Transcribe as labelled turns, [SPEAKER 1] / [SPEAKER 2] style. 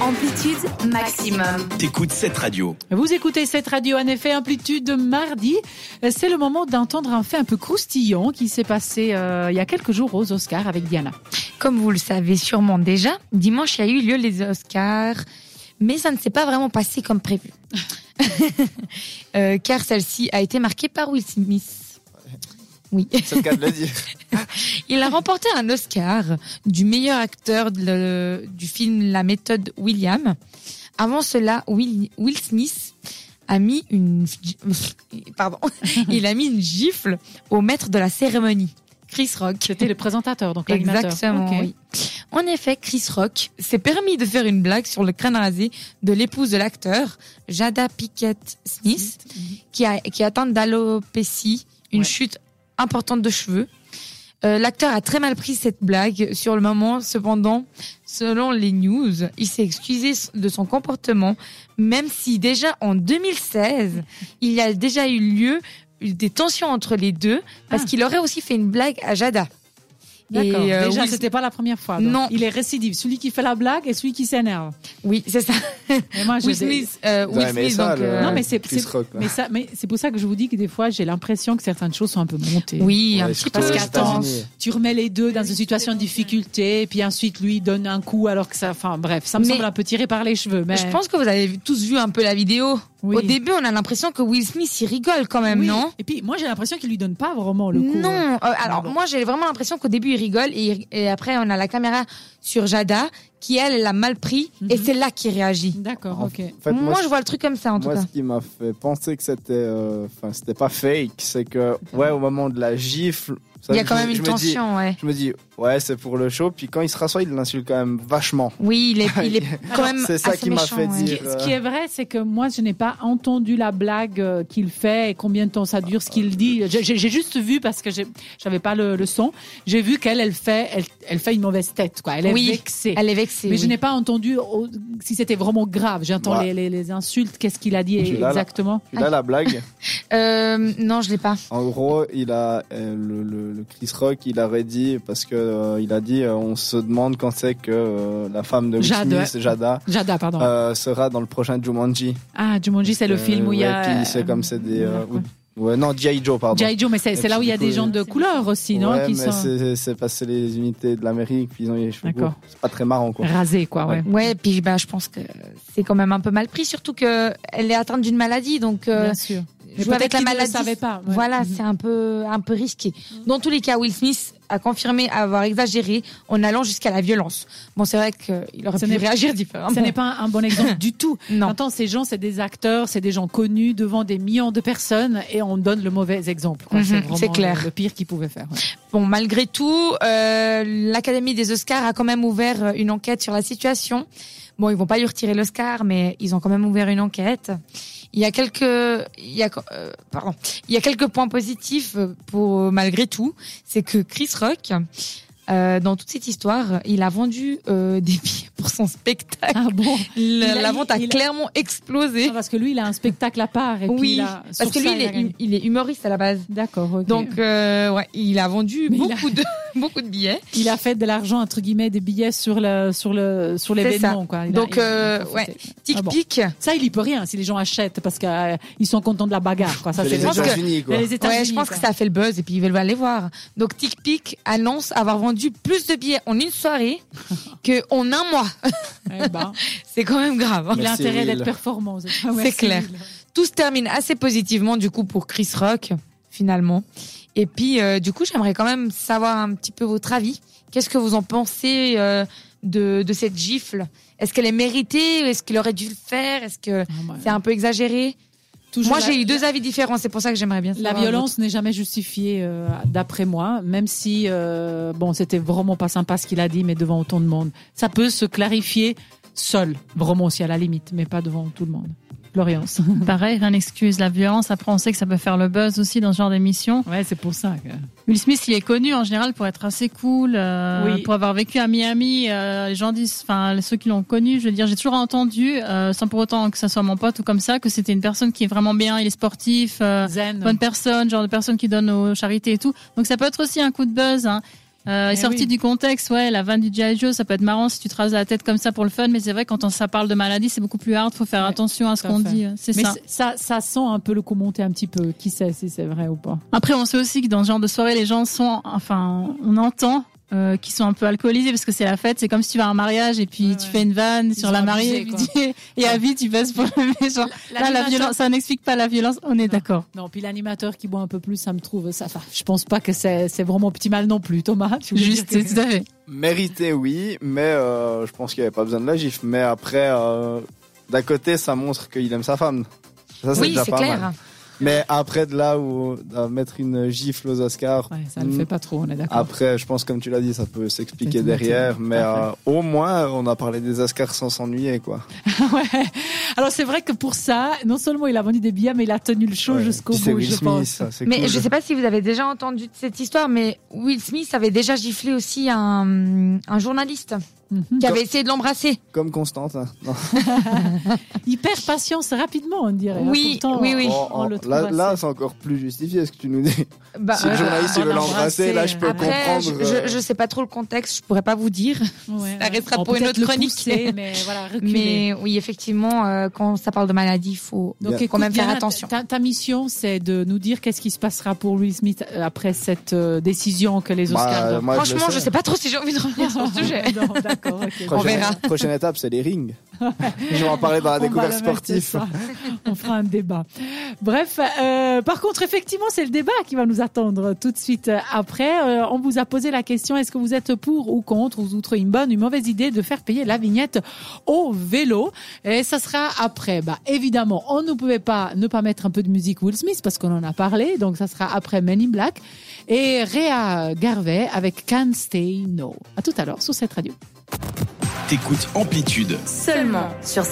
[SPEAKER 1] Amplitude maximum.
[SPEAKER 2] T'écoutes cette radio.
[SPEAKER 3] Vous écoutez cette radio en effet amplitude de mardi. C'est le moment d'entendre un fait un peu croustillant qui s'est passé euh, il y a quelques jours aux Oscars avec Diana.
[SPEAKER 4] Comme vous le savez sûrement déjà, dimanche, il y a eu lieu les Oscars, mais ça ne s'est pas vraiment passé comme prévu. Euh, car celle-ci a été marquée par Will Smith. Oui.
[SPEAKER 5] C'est le cas de le dire.
[SPEAKER 4] Il a remporté un Oscar du meilleur acteur de le- du film La méthode William. Avant cela, Will, Will Smith a mis une pardon, il a mis une gifle au maître de la cérémonie, Chris Rock.
[SPEAKER 3] C'était le présentateur, donc l'animateur.
[SPEAKER 4] Exactement.
[SPEAKER 3] Ok.
[SPEAKER 4] oui. En effet, Chris Rock s'est permis de faire une blague sur le crâne rasé de l'épouse de l'acteur, Jada Pickett Smith, qui, a, qui est atteinte d'alopécie, une
[SPEAKER 3] Ouais.
[SPEAKER 4] chute importante de cheveux. Euh, L'acteur a très mal pris cette blague sur le moment. Cependant, selon les news, il s'est excusé de son comportement, même si déjà en 2016, il y a déjà eu lieu des tensions entre les deux, parce
[SPEAKER 3] Ah.
[SPEAKER 4] qu'il aurait aussi fait une blague à Jada.
[SPEAKER 3] D'accord.
[SPEAKER 4] Et, euh,
[SPEAKER 3] Déjà,
[SPEAKER 4] Will-
[SPEAKER 3] c'était pas la première fois. donc.
[SPEAKER 4] Non.
[SPEAKER 3] Il est récidive. Celui qui fait la blague et celui qui s'énerve.
[SPEAKER 4] Oui, c'est ça.
[SPEAKER 3] Et moi, je-
[SPEAKER 4] Will Smith. euh, Will
[SPEAKER 5] Ouais, mais
[SPEAKER 4] Smith,
[SPEAKER 5] ça,
[SPEAKER 4] donc,
[SPEAKER 5] le-
[SPEAKER 4] euh,
[SPEAKER 3] Non, mais c'est
[SPEAKER 5] Chris
[SPEAKER 3] c'est-
[SPEAKER 5] Rock, là.
[SPEAKER 3] mais ça- mais c'est pour ça que je vous dis que des fois, j'ai l'impression que certaines choses sont un peu montées.
[SPEAKER 4] Oui,
[SPEAKER 5] Ouais,
[SPEAKER 4] un
[SPEAKER 5] je
[SPEAKER 4] petit peu.
[SPEAKER 3] Parce
[SPEAKER 5] Euh,
[SPEAKER 3] qu'attends,
[SPEAKER 5] États-Unis.
[SPEAKER 3] tu remets les deux dans une situation de difficulté, et puis ensuite lui il donne un coup alors que ça. Enfin bref, ça me
[SPEAKER 4] Mais-
[SPEAKER 3] semble un peu tiré par les cheveux. Mais
[SPEAKER 4] Je pense que vous avez vu- tous vu un peu la vidéo.
[SPEAKER 3] Ben. Oui.
[SPEAKER 4] Au début, on a l'impression que Will Smith, il rigole quand même,
[SPEAKER 3] Oui.
[SPEAKER 4] non
[SPEAKER 3] Et puis moi j'ai l'impression qu'il lui donne pas vraiment le coup.
[SPEAKER 4] non,
[SPEAKER 3] hein.
[SPEAKER 4] euh, alors
[SPEAKER 3] Mais bon.
[SPEAKER 4] moi j'ai vraiment l'impression qu'au début il rigole et, il- et après on a la caméra sur Jada qui elle elle l'a mal pris et
[SPEAKER 3] Mhm.
[SPEAKER 4] c'est là qu'il réagit.
[SPEAKER 3] D'accord, ok.
[SPEAKER 5] En fait,
[SPEAKER 4] moi,
[SPEAKER 5] moi,
[SPEAKER 4] je vois le truc comme ça en tout
[SPEAKER 5] Moi,
[SPEAKER 4] cas.
[SPEAKER 5] ce qui m'a fait penser que c'était, euh, enfin, c'était pas fake, c'est que, ouais, au moment de la gifle, ça,
[SPEAKER 4] Il y a
[SPEAKER 5] je
[SPEAKER 4] quand
[SPEAKER 5] me-
[SPEAKER 4] même
[SPEAKER 5] je
[SPEAKER 4] une
[SPEAKER 5] me dis-
[SPEAKER 4] tension, ouais.
[SPEAKER 5] Je me dis, ouais, c'est pour le show. Puis quand il se rassoit, il l'insulte quand même vachement.
[SPEAKER 4] Oui, il est, il est quand même
[SPEAKER 5] C'est ça
[SPEAKER 4] assez
[SPEAKER 5] qui m'a
[SPEAKER 4] méchant,
[SPEAKER 5] fait
[SPEAKER 4] ouais.
[SPEAKER 5] dire. euh,
[SPEAKER 3] Ce qui est vrai, c'est que moi, je n'ai pas entendu la blague euh, qu'il fait et combien de temps ça dure, ce qu'il dit. J'ai- J'ai j'ai juste vu parce que j'ai- j'avais pas le, le son. J'ai vu qu'elle, elle fait, elle, elle fait une mauvaise tête, quoi. Elle est
[SPEAKER 4] Oui,
[SPEAKER 3] vexée.
[SPEAKER 4] Elle est vexée.
[SPEAKER 3] Mais je
[SPEAKER 4] oui.
[SPEAKER 3] n'ai pas entendu oh, si c'était vraiment grave. J'entends
[SPEAKER 5] Ouais.
[SPEAKER 3] les, les- les insultes. Qu'est-ce qu'il a dit
[SPEAKER 5] Je l'ai Bah. là, là.
[SPEAKER 3] exactement
[SPEAKER 5] Puis là, la blague,
[SPEAKER 4] Euh, non, je l'ai pas.
[SPEAKER 5] en gros, il a euh, le, le- le Chris Rock, il aurait dit parce que euh, il a dit, euh, on se demande quand c'est que euh, la femme de Will
[SPEAKER 3] Jada.
[SPEAKER 5] Smith, Jada,
[SPEAKER 3] Jada, pardon.
[SPEAKER 5] euh, sera dans le prochain Jumanji.
[SPEAKER 3] ah, Jumanji, c'est le
[SPEAKER 5] Euh,
[SPEAKER 3] film où il y
[SPEAKER 5] ouais,
[SPEAKER 3] a.
[SPEAKER 5] puis c'est comme c'est des. euh,
[SPEAKER 3] D'accord.
[SPEAKER 5] ou- ouais, non, G.I. Joe, pardon.
[SPEAKER 3] G.I. Joe, mais c'est
[SPEAKER 5] Et
[SPEAKER 3] c'est là
[SPEAKER 5] puis,
[SPEAKER 3] où il y a
[SPEAKER 5] du coup,
[SPEAKER 3] des gens
[SPEAKER 5] oui.
[SPEAKER 3] de couleur aussi, non
[SPEAKER 5] ouais,
[SPEAKER 3] Qui
[SPEAKER 5] mais
[SPEAKER 3] sont
[SPEAKER 5] c'est- c'est parce que c'est les unités de l'Amérique, puis ils ont les cheveux
[SPEAKER 3] D'accord.
[SPEAKER 5] courts. C'est pas très marrant, quoi.
[SPEAKER 3] rasés, quoi, ouais.
[SPEAKER 4] Ouais, puis bah, je pense que c'est quand même un peu mal pris, surtout que elle est atteinte d'une maladie, donc euh,
[SPEAKER 3] Bien sûr. Mais
[SPEAKER 4] jouer avec
[SPEAKER 3] peut-être
[SPEAKER 4] la
[SPEAKER 3] qu'il ne le
[SPEAKER 4] maladie.
[SPEAKER 3] savait pas. ouais.
[SPEAKER 4] Voilà,
[SPEAKER 3] Mhm.
[SPEAKER 4] c'est un peu un peu risqué. Dans tous les cas, Will Smith a confirmé avoir exagéré en allant jusqu'à la violence. Bon, c'est vrai qu'il aurait
[SPEAKER 3] Ce
[SPEAKER 4] pu
[SPEAKER 3] n'est-
[SPEAKER 4] réagir
[SPEAKER 3] Ce
[SPEAKER 4] différemment.
[SPEAKER 3] n'est pas un bon exemple du tout.
[SPEAKER 4] Non.
[SPEAKER 3] J'entends ces gens, c'est des acteurs, c'est des gens connus devant des millions de personnes et on donne le mauvais exemple. quoi.
[SPEAKER 4] Mhm,
[SPEAKER 3] C'est vraiment
[SPEAKER 4] c'est clair.
[SPEAKER 3] le pire qu'ils pouvaient faire. ouais.
[SPEAKER 4] Bon, malgré tout, euh, l'Académie des Oscars a quand même ouvert euh, une enquête sur la situation. Bon, ils vont pas lui retirer l'Oscar, mais ils ont quand même ouvert une enquête. Il y a quelques, il y a, euh, pardon, il y a quelques points positifs euh, pour malgré tout, c'est que Chris Rock, euh, dans toute cette histoire, il a vendu euh, des billets pour son spectacle.
[SPEAKER 3] Ah bon
[SPEAKER 4] La,
[SPEAKER 3] Il a-
[SPEAKER 4] la vente a
[SPEAKER 3] il a-
[SPEAKER 4] clairement explosé.
[SPEAKER 3] Ah, Parce que lui, il a un spectacle à part. Et puis
[SPEAKER 4] oui,
[SPEAKER 3] il a- sur
[SPEAKER 4] parce
[SPEAKER 3] ça,
[SPEAKER 4] que lui,
[SPEAKER 3] il a
[SPEAKER 4] il est,
[SPEAKER 3] gagné.
[SPEAKER 4] hum- il est humoriste à la base.
[SPEAKER 3] D'accord, ok.
[SPEAKER 4] Donc, euh, ouais, il a vendu
[SPEAKER 3] Mais il a-
[SPEAKER 4] beaucoup de beaucoup de billets.
[SPEAKER 3] il a fait de l'argent entre guillemets, des billets sur le sur le sur l'événement. quoi. Il a-
[SPEAKER 4] Donc,
[SPEAKER 3] il a- il a
[SPEAKER 4] euh,
[SPEAKER 3] profité.
[SPEAKER 4] Tic
[SPEAKER 3] Ah bon.
[SPEAKER 4] pic.
[SPEAKER 3] Ça, il y peut rien si les gens achètent parce qu'ils sont contents de la bagarre. Quoi. Ça,
[SPEAKER 5] C'est les
[SPEAKER 3] c'est
[SPEAKER 4] pense que-
[SPEAKER 5] États-Unis, quoi.
[SPEAKER 3] Les États-Unis,
[SPEAKER 4] Ouais, je pense
[SPEAKER 3] quoi.
[SPEAKER 4] que ça a fait le buzz et puis ils veulent aller voir. Donc Tic Pic annonce avoir vendu plus de billets en une soirée que en un mois.
[SPEAKER 3] Eh ben,
[SPEAKER 4] C'est quand même grave. hein.
[SPEAKER 3] il a
[SPEAKER 5] Merci,
[SPEAKER 3] intérêt d'être
[SPEAKER 5] Will.
[SPEAKER 3] performant. Ah ouais,
[SPEAKER 4] C'est clair.
[SPEAKER 3] Will.
[SPEAKER 4] Tout se termine assez positivement du coup pour Chris Rock finalement. Et puis euh, du coup, j'aimerais quand même savoir un petit peu votre avis. Qu'est-ce que vous en pensez euh, de, de cette gifle Est-ce qu'elle est méritée Est-ce qu'il aurait dû le faire Est-ce que
[SPEAKER 3] Ah ouais.
[SPEAKER 4] c'est un peu exagéré
[SPEAKER 3] Toujours
[SPEAKER 4] Moi,
[SPEAKER 3] la-
[SPEAKER 4] j'ai eu deux avis différents. C'est pour ça que j'aimerais bien.
[SPEAKER 3] La
[SPEAKER 4] savoir Ah,
[SPEAKER 3] violence n'est jamais justifiée, euh, d'après moi, même si, euh, bon, c'était vraiment pas sympa ce qu'il a dit, mais devant autant de monde. Ça peut se clarifier seul, vraiment aussi à la limite, mais pas devant tout le monde. Florence.
[SPEAKER 6] Pareil, rien n'excuse la violence. Après, on sait que ça peut faire le buzz aussi dans ce genre d'émission.
[SPEAKER 3] Ouais, c'est pour ça. que-
[SPEAKER 6] Will Smith, il est connu en général pour être assez cool, euh,
[SPEAKER 3] Oui.
[SPEAKER 6] pour avoir vécu à Miami. euh, les gens disent, enfin, ceux qui l'ont connu, je veux dire, j'ai toujours entendu, euh, sans pour autant que ça soit mon pote ou comme ça, que c'était une personne qui est vraiment bien, il est sportif, euh,
[SPEAKER 3] Zen.
[SPEAKER 6] bonne personne, genre de personne qui donne aux charités et tout. Donc ça peut être aussi un coup de buzz. hein. Euh, est
[SPEAKER 4] Eh
[SPEAKER 6] sorti
[SPEAKER 4] oui.
[SPEAKER 6] du contexte, ouais, la vanne du G.I. Joe, ça peut être marrant si tu te rases la tête comme ça pour le fun, mais c'est vrai, quand on, ça parle de maladie, c'est beaucoup plus hard, faut faire
[SPEAKER 3] Ouais,
[SPEAKER 6] attention à ce
[SPEAKER 3] tout à
[SPEAKER 6] qu'on
[SPEAKER 3] fait.
[SPEAKER 6] dit, euh, c'est
[SPEAKER 3] Mais
[SPEAKER 6] ça.
[SPEAKER 3] c'est- ça, ça sent un peu le coup monté un petit peu. Qui sait si c'est vrai ou pas
[SPEAKER 6] Après, on sait aussi que dans ce genre de soirée, les gens sont, enfin, on entend euh, qu'ils sont un peu alcoolisés parce que c'est la fête. C'est comme si tu vas à un mariage et puis
[SPEAKER 3] Ouais,
[SPEAKER 6] tu
[SPEAKER 3] ouais.
[SPEAKER 6] fais une vanne sur
[SPEAKER 3] ont
[SPEAKER 6] la mariée
[SPEAKER 3] abusé,
[SPEAKER 6] et, puis tu- et à vie, tu passes pour le méchant.
[SPEAKER 4] La
[SPEAKER 6] Là, la
[SPEAKER 4] relation-
[SPEAKER 6] violence, ça n'explique pas la violence. On est d'accord.
[SPEAKER 3] Non, puis l'animateur qui boit un peu plus, ça me trouve. Ça, enfin, je pense pas que c'est c'est vraiment petit mal non plus, Thomas. Tu voulais
[SPEAKER 6] Juste,
[SPEAKER 3] dire quelque
[SPEAKER 6] tout à fait.
[SPEAKER 5] Mérité, oui, mais euh, je pense qu'il n'y avait pas besoin de la gifle. Mais après, euh, d'un côté, ça montre qu'il aime sa femme. Ça, c'est
[SPEAKER 4] Oui,
[SPEAKER 5] déjà
[SPEAKER 4] c'est
[SPEAKER 5] pas
[SPEAKER 4] clair.
[SPEAKER 5] mal. Mais après, de là où à mettre une gifle aux Oscars,
[SPEAKER 3] Ouais, ça ne
[SPEAKER 5] Mm.
[SPEAKER 3] fait pas trop, on est d'accord.
[SPEAKER 5] après, je pense, comme tu l'as dit, ça peut
[SPEAKER 3] C'est
[SPEAKER 5] s'expliquer
[SPEAKER 3] tout
[SPEAKER 5] derrière.
[SPEAKER 3] motivé,
[SPEAKER 5] Mais
[SPEAKER 3] tout à
[SPEAKER 5] euh, au moins, on a parlé des Oscars sans s'ennuyer, quoi.
[SPEAKER 3] Ouais. Alors c'est vrai que pour ça, non seulement il a vendu des billets, mais il a tenu le show
[SPEAKER 5] Ouais.
[SPEAKER 3] jusqu'au
[SPEAKER 5] Puis c'est
[SPEAKER 3] bout,
[SPEAKER 5] Will
[SPEAKER 3] je
[SPEAKER 5] Smith,
[SPEAKER 3] pense.
[SPEAKER 5] ça, c'est
[SPEAKER 4] Mais
[SPEAKER 5] cool.
[SPEAKER 4] je sais pas si vous avez déjà entendu de cette histoire, mais Will Smith avait déjà giflé aussi un, un journaliste
[SPEAKER 3] Mhm.
[SPEAKER 4] qui avait essayé de l'embrasser.
[SPEAKER 5] Comme Constante. hein. Non.
[SPEAKER 3] Il perd patience rapidement, on dirait. hein,
[SPEAKER 4] Oui,
[SPEAKER 3] Pourtant,
[SPEAKER 4] oui, oui.
[SPEAKER 3] on-
[SPEAKER 5] Oh,
[SPEAKER 3] on
[SPEAKER 5] oh,
[SPEAKER 3] le trouve
[SPEAKER 5] là,
[SPEAKER 3] assez-
[SPEAKER 5] là, c'est encore plus justifié ce que tu nous dis.
[SPEAKER 4] Bah,
[SPEAKER 5] si le
[SPEAKER 3] euh,
[SPEAKER 5] journaliste il
[SPEAKER 3] on
[SPEAKER 5] veut
[SPEAKER 3] l'embrasse,
[SPEAKER 5] l'embrasser, là, je peux
[SPEAKER 3] après,
[SPEAKER 5] comprendre.
[SPEAKER 4] je,
[SPEAKER 5] euh,
[SPEAKER 4] je, je sais pas trop le contexte, je pourrais pas vous dire.
[SPEAKER 3] Ouais,
[SPEAKER 4] Ça
[SPEAKER 3] ouais.
[SPEAKER 4] restera
[SPEAKER 3] On
[SPEAKER 4] pour
[SPEAKER 3] peut
[SPEAKER 4] une
[SPEAKER 3] peut-être
[SPEAKER 4] autre
[SPEAKER 3] le
[SPEAKER 4] chronique.
[SPEAKER 3] pousser, mais voilà, reculer.
[SPEAKER 4] Mais oui, effectivement, euh, quand ça parle de maladie, il faut
[SPEAKER 3] Donc,
[SPEAKER 5] Bien.
[SPEAKER 3] écoute,
[SPEAKER 4] Quand même faire
[SPEAKER 3] Yana,
[SPEAKER 4] attention.
[SPEAKER 3] Ta, ta mission, c'est de nous dire qu'est-ce qui se passera pour Will Smith euh, après cette euh, décision que les
[SPEAKER 5] bah,
[SPEAKER 3] Oscars doivent
[SPEAKER 5] moi,
[SPEAKER 4] Franchement,
[SPEAKER 5] le
[SPEAKER 4] je
[SPEAKER 5] sais.
[SPEAKER 4] sais pas trop si j'ai envie de revenir sur ce sujet.
[SPEAKER 3] Non, d'accord, ok.
[SPEAKER 4] On
[SPEAKER 5] Prochaine-
[SPEAKER 4] verra.
[SPEAKER 5] Prochaine étape, c'est les rings. Je vais en parler dans la
[SPEAKER 3] On va
[SPEAKER 5] découverte
[SPEAKER 3] le mettre,
[SPEAKER 5] sportive.
[SPEAKER 3] ça. On fera un débat. Bref, euh, par contre, effectivement, c'est le débat qui va nous attendre tout de suite après. Euh, on vous a posé la question est-ce que vous êtes pour ou contre ou vous trouvez une bonne, une mauvaise idée de faire payer la vignette au vélo Et ça sera après. Bah, évidemment, on ne pouvait pas ne pas mettre un peu de musique Will Smith parce qu'on en a parlé. Donc, ça sera après Men in Black et Réa Garvey avec Can't Stay No. À tout à l'heure sur cette radio.
[SPEAKER 2] T'écoutes Amplitude.
[SPEAKER 1] Seulement sur